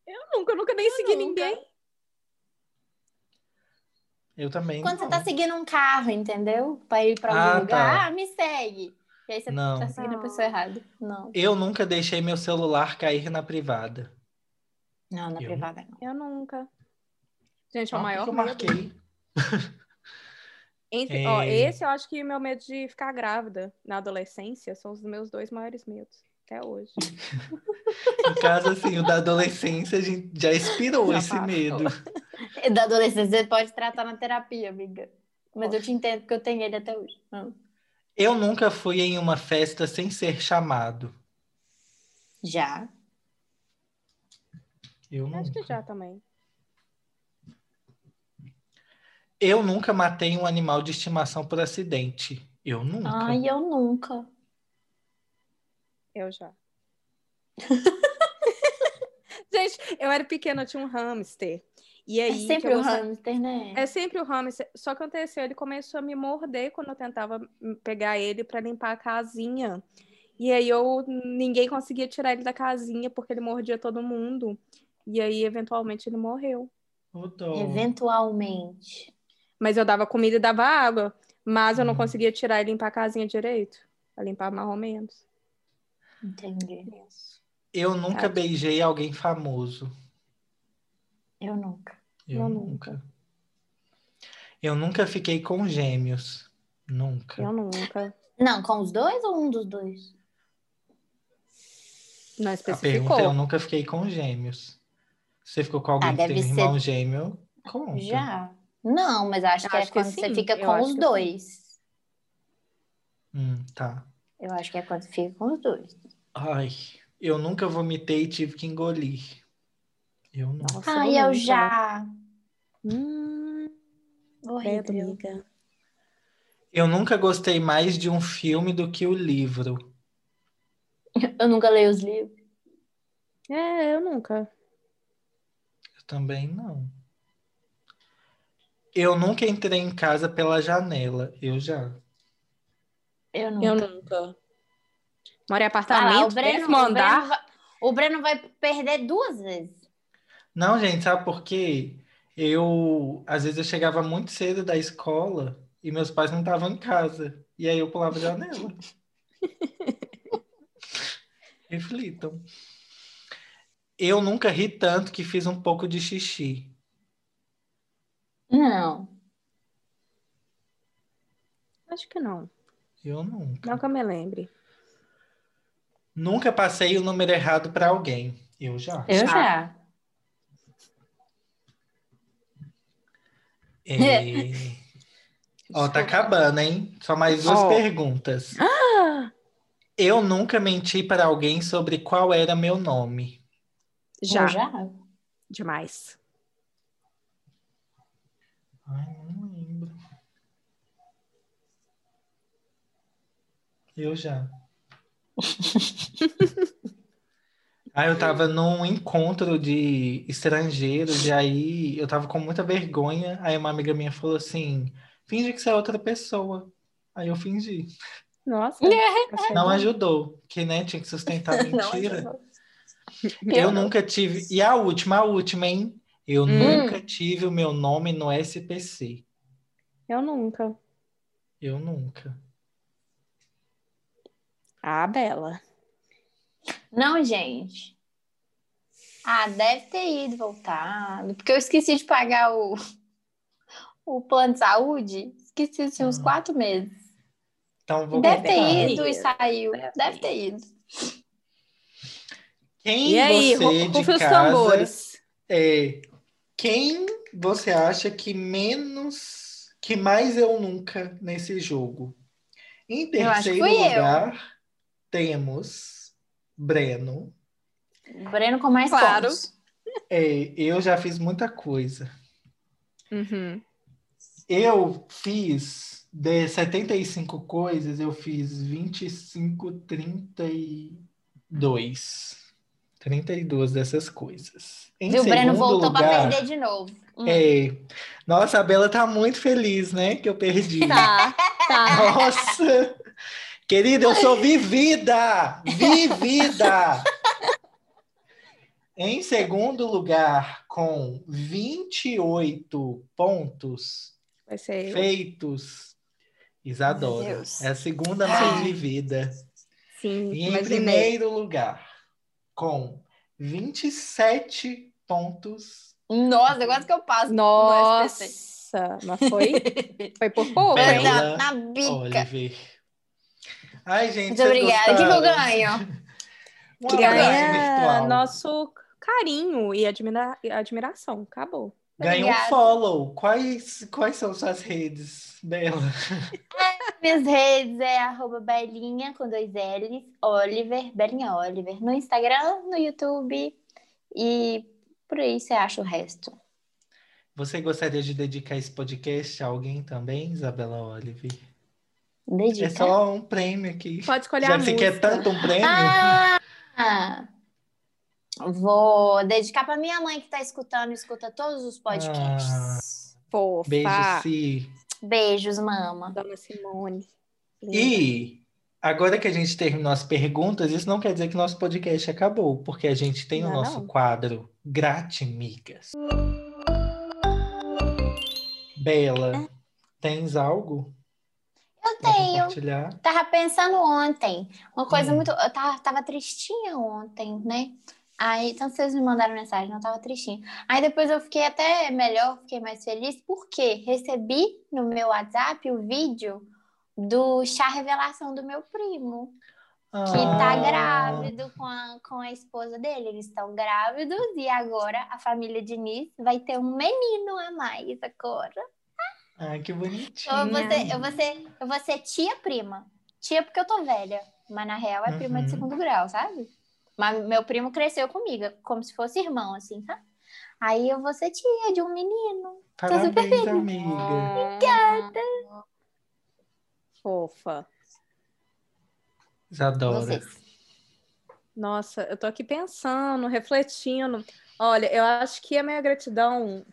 Eu nunca, eu nunca nem segui
nunca.
ninguém.
Eu também
Quando você
não.
tá seguindo um carro, entendeu? Pra ir pra algum
Ah,
lugar,
tá.
ah, me segue. E aí você
Não.
tá seguindo a
Não.
pessoa errada. Não,
Eu nunca deixei meu celular cair na privada.
não, na
Eu?
privada não.
Eu nunca. Gente, é
Ah,
o
por
maior
que eu
medo.
marquei.
Entre-
É.
ó, esse eu acho que é meu medo de ficar grávida na adolescência são os meus dois maiores medos. Até hoje.
No caso, assim, o da adolescência, a gente já expirou
Já
esse
passou.
medo.
Da adolescência, você pode tratar na terapia, amiga. Mas eu te entendo, porque eu tenho ele até hoje. Não.
Eu nunca fui em uma festa sem ser chamado.
Já.
Eu
Eu Acho
nunca.
que já também.
Eu nunca matei um animal de estimação por acidente. Eu nunca.
Ai, eu nunca.
Eu já. Gente, eu era pequena, eu tinha um hamster. E
É
aí que
sempre
eu
o
gostava-
hamster, né?
É sempre o hamster. Só que aconteceu, ele começou a me morder quando eu tentava hum, pegar ele pra limpar a casinha. E aí eu ninguém conseguia tirar ele da casinha porque ele mordia todo mundo. E aí, eventualmente, ele morreu.
O dó.
Eventualmente.
Mas eu dava comida e dava água. Mas eu não
Uhum.
conseguia tirar e limpar a casinha direito. Eu limpava mais ou menos.
Entendi.
Eu nunca
Tadinho.
beijei alguém famoso.
Eu nunca.
Eu
Eu
nunca. Eu nunca fiquei com gêmeos. Nunca.
Eu nunca.
Não, com os dois ou um dos dois?
Não
A pergunta é, eu
especificou.
nunca fiquei com gêmeos. Você ficou com alguém
Ah,
que
deve
tem
ser-
irmão gêmeo? Conta.
Já. Não, mas acho que
Acho
é
que
quando
sim,
você fica
eu
com
acho
os
que sim.
dois.
Hum, tá.
Eu acho que é quando fica com os dois.
Ai, eu nunca vomitei e tive que engolir. Eu não.
Nossa,
Ah,
eu
eu
nunca.
já.
Hum, credo,
Horrível.
amiga.
Eu nunca gostei mais de um filme do que o livro.
Eu nunca leio os livros.
É, eu nunca.
Eu também não. Eu nunca entrei em casa pela janela. Eu já.
Eu nunca.
Eu nunca. Moro em
Olha lá, o
apartamento,
Breno,
décimo
o,
andar.
Breno vai, o Breno vai perder duas vezes.
Não, gente, sabe por quê? Eu, às vezes eu chegava muito cedo da escola e meus pais não estavam em casa. E aí eu pulava a janela. Reflitam. Eu nunca ri tanto que fiz um pouco de xixi.
Não.
Acho que não.
Eu nunca.
Não que eu me lembre.
Nunca passei o número errado para alguém. Eu já.
Eu já.
É... Ó, tá acabando, hein? Só mais duas
Ó.
perguntas.
Ah,
Eu nunca menti para alguém sobre qual era meu nome.
já.
Eu já.
Demais.
Ai, não lembro. Eu já. Aí Ah, eu tava num encontro de estrangeiros, e aí eu tava com muita vergonha. Aí uma amiga minha falou assim: finge que você é outra pessoa. Aí eu fingi.
Nossa. tá
Não ajudou, que né, tinha que sustentar a
Não,
mentira.
eu
Eu nunca tive. E a última, a última, hein? Eu
Hum.
nunca tive o meu nome no SPC.
Eu nunca.
Eu nunca.
Ah, Bela.
Não, gente. Ah, deve ter ido voltado. Porque eu esqueci de pagar o, o plano de saúde. Esqueci assim, uns
Ah.
quatro meses.
Então vou
Deve
contar.
ter
Deve
ido
ter
e
ido.
saiu.
Deve
Deve
ter
ter ido.
Quem
E aí,
você
ru-
de
rufe os
casa
tambores.
é quem você acha que menos que mais eu nunca nesse jogo? Em
Eu acho que
terceiro
fui eu.
lugar temos Breno.
O Breno com mais
Claro.
pontos.
É, eu já fiz muita coisa.
Uhum.
Eu fiz de 75 coisas, eu fiz 25, 32. 32 dessas coisas. Em
Viu? O Breno
segundo
voltou pra
lugar,
perder de novo. Hum.
é, Nossa, a Bela tá muito feliz, né? Que eu perdi.
Tá, tá.
Nossa! Querida, eu sou vivida! Vivida! Em segundo lugar, com 28 pontos,
Vai ser eu.
Feitos. Isadora.
Meu Deus.
É a segunda
Ai.
mais de vida.
Sim,
E em
mas
primeiro lugar, com 27 pontos.
Nossa, quase que eu passo. no SPC.
Nossa, mas foi, foi por pouco,
Foi
Bela
hein?
Tá na, na bica.
Oliver. Ai, gente.
Muito
vocês
obrigada. O que, que eu
gostaram?
ganho?
Um
que que eu
abraço
ganho?
Ganha
é virtual.
nosso carinho e admira- e admiração. Acabou.
Ganha um
Obrigada.
follow. Quais, quais são suas redes, Bela?
Minhas redes é arroba Belinha com dois L's, Oliver, Belinha Oliver, no Instagram, no YouTube e por aí você acha o resto.
Você gostaria de dedicar esse podcast a alguém também, Isabela Olive?
Dedica.
É só um prêmio aqui.
Pode escolher
Já
a
que
música.
você quer tanto um prêmio?
Ah, vou dedicar pra minha mãe que tá escutando, escuta todos os podcasts.
Ah.
Fofa.
Beijo, Si.
Beijos, mama.
Dona Simone. Linda.
E Agora que a gente terminou as perguntas, isso não quer dizer que nosso podcast acabou, porque a gente tem o
Não.
nosso quadro Gratimigas. Bela, tens algo
Eu
para
É. tenho.
compartilhar?
Tava pensando ontem, uma coisa
Hum.
muito. Eu tava, tava tristinha ontem, né? Aí, então vocês me mandaram mensagem, não tava tristinha. Aí depois eu fiquei até melhor, fiquei mais feliz, porque recebi no meu WhatsApp o vídeo do chá revelação do meu primo, que tá
Ah,
grávido com a, com a esposa dele. Eles estão grávidos e agora a família Diniz vai ter um menino a mais agora.
Ah, que bonitinho.
Eu vou, ser, eu, vou ser, eu vou ser tia prima. Tia porque eu tô velha. Mas na real é prima de
Uhum.
segundo grau, sabe? Mas meu primo cresceu comigo, como se fosse irmão, assim, tá? Aí eu vou ser tia de um menino.
Parabéns,
super
amiga.
Obrigada. Fofa.
Isadora.
Vocês.
Nossa, eu tô aqui pensando, refletindo. Olha, eu acho que a minha gratidão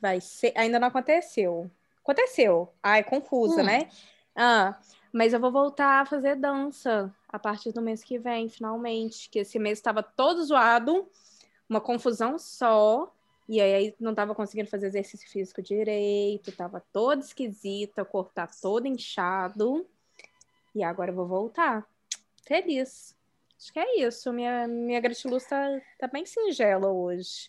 vai ser. Ainda não aconteceu. Aconteceu. Ai, confusa,
Hum.
né? Ah, mas eu vou voltar a fazer dança a partir do mês que vem, finalmente. Que esse mês estava todo zoado, uma confusão só. E aí não tava conseguindo fazer exercício físico direito, tava toda esquisita, o corpo tá todo inchado. E agora eu vou voltar. Feliz. Acho que é isso. Minha, minha gratiluz tá, tá bem singela hoje.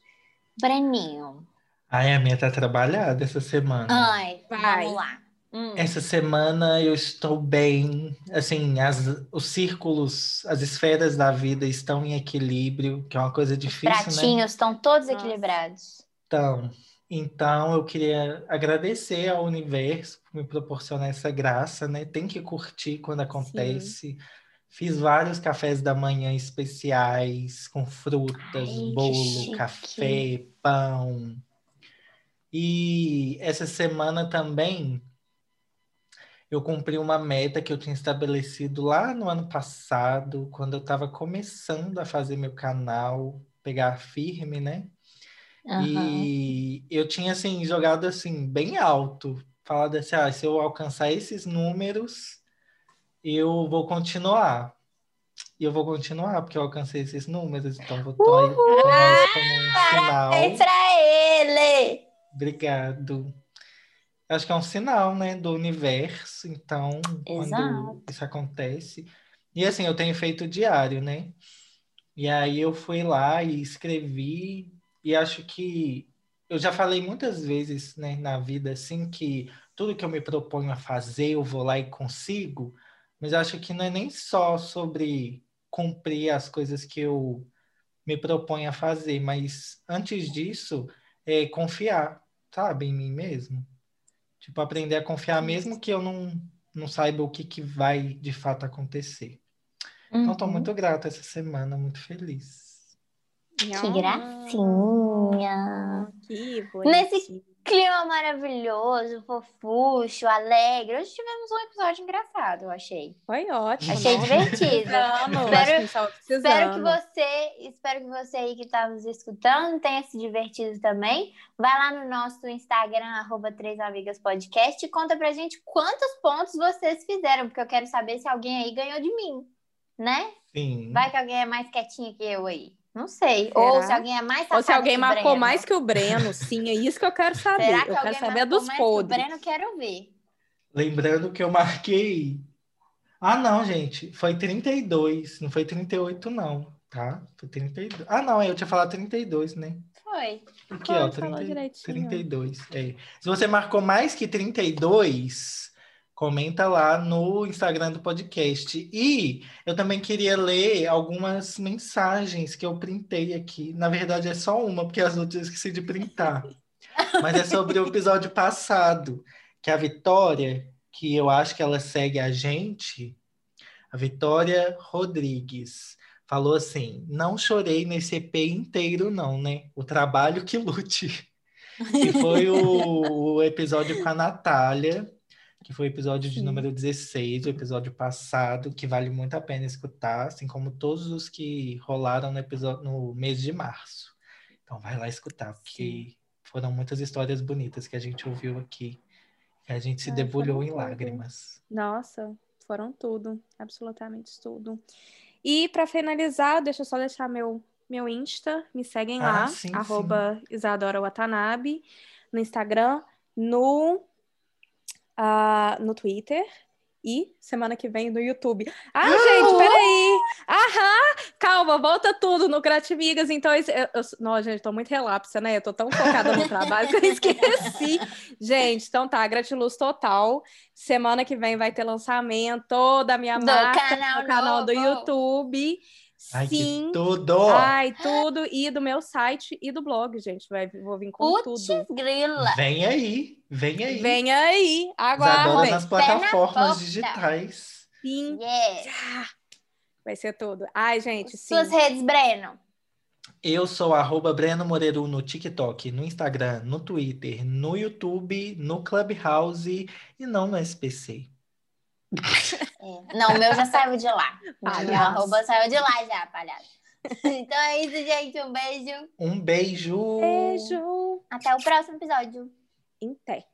Breninho.
Ai, a minha tá trabalhada essa semana.
Ai,
Vai.
vamos lá. Hum.
Essa semana eu estou bem, assim, as, os círculos, as esferas da vida estão em equilíbrio, que é uma coisa difícil, né?
Pratinhos estão todos
Nossa.
equilibrados.
Então, então eu queria agradecer ao universo por me proporcionar essa graça, né? Tem que curtir quando acontece. Fiz vários cafés da manhã especiais, com frutas,
Ai, que
bolo,
chique.
café, pão. E essa semana também eu cumpri uma meta que eu tinha estabelecido lá no ano passado, quando eu estava começando a fazer meu canal, pegar firme, né?
Aham.
E eu tinha, assim, jogado, assim, bem alto. Falado assim, ah, se eu alcançar esses números, eu vou continuar. E eu vou continuar, porque eu alcancei esses números. Então, vou tomar isso como um
Parabéns
sinal.
É pra ele!
Obrigado. Acho que é um sinal, né, do universo. Então,
Exato.
quando isso acontece... E, assim, eu tenho feito diário, né? E aí eu fui lá e escrevi, e acho que eu já falei muitas vezes, né, na vida assim que tudo que eu me proponho a fazer, eu vou lá e consigo, mas acho que não é nem só sobre cumprir as coisas que eu me proponho a fazer, mas antes disso, é confiar, sabe, em mim mesmo. Tipo, aprender a confiar mesmo que eu não, não saiba o que que vai de fato acontecer. Então, estou
Uhum.
muito grato essa semana, muito feliz.
Que gracinha!
Então, Que
Nesse-
bonitinho.
ah. clima maravilhoso, fofucho, alegre. Hoje tivemos um episódio engraçado, eu achei.
Foi ótimo.
Achei
não?
divertido. Espero-
Precisamos, acho que a gente tava
Espero que
precisando.
você, espero que você aí que está nos escutando tenha se divertido também. Vai lá no nosso Instagram, arroba Três Amigas Podcast, e conta pra gente quantos pontos vocês fizeram, porque eu quero saber se alguém aí ganhou de mim, né?
Sim.
Vai que alguém é mais quietinha que eu aí. Não sei.
Será?
Ou se alguém é mais
Ou se
safado
alguém
que o
marcou
Breno.
mais que o Breno, sim, é isso que eu quero saber.
Será que
eu
alguém
quero saber
marcou
dos
mais
podres.
que o Breno? Quero ver.
Lembrando que eu marquei. Ah, não, gente. Foi 32, não foi 38, não, tá? Foi 32. Ah, não, eu tinha falado 32, né?
Foi.
Aqui,
Claro,
ó,
falou
30,
direitinho.
32. É. Se você marcou mais que 32, comenta lá no Instagram do podcast. E eu também queria ler algumas mensagens que eu printei aqui. Na verdade, é só uma, porque as outras eu esqueci de printar. Mas é sobre o episódio passado, que a Vitória, que eu acho que ela segue a gente, a Vitória Rodrigues falou assim: não chorei nesse EP inteiro, não, né? O trabalho que lute. Que foi o, o episódio com a Natália, que foi o episódio de
Sim.
número 16, o episódio passado, que vale muito a pena escutar, assim como todos os que rolaram no, episódio, no mês de março. Então vai lá escutar, porque foram muitas histórias bonitas que a gente ouviu aqui. que A gente se
Ai, foi
debulhou em
muito bom.
lágrimas.
Nossa, foram tudo, absolutamente tudo. E para finalizar, deixa eu só deixar meu meu Insta, me seguem
Ah,
lá,
sim,
arroba Isadora Watanabe, no Instagram, no, ah, no Twitter e semana que vem no YouTube. Ah, gente, peraí! Aham! Calma, volta tudo no Gratimigas. Então, esse- eu, eu, não, gente, tô muito relapsa, né? Eu tô tão focada no trabalho que eu esqueci. Gente, então tá, gratiluz total. Semana que vem vai ter lançamento da minha
Do
marca
canal
no canal do
novo.
YouTube.
Ai,
Sim.
que tudo!
Ai, tudo. E do meu site e do blog, gente. Vai, vou vir com
Putz,
tudo.
grila.
Vem aí, vem aí.
Vem aí,
Isadora
aguardem.
nas
Pé na porta.
plataformas digitais.
Sim,
Yeah.
vai ser tudo. Ai, gente, sim.
Suas redes, Breno.
Eu sou arroba Breno Moreiro no TikTok, no Instagram, no Twitter, no YouTube, no Clubhouse e não no SPC.
É. Não, o meu já saiu de lá. O meu
Palhaço.
arroba saiu de lá já, palhaço. Então é isso, gente. Um beijo.
Um beijo!
Beijo.
Até o próximo episódio.
Em té.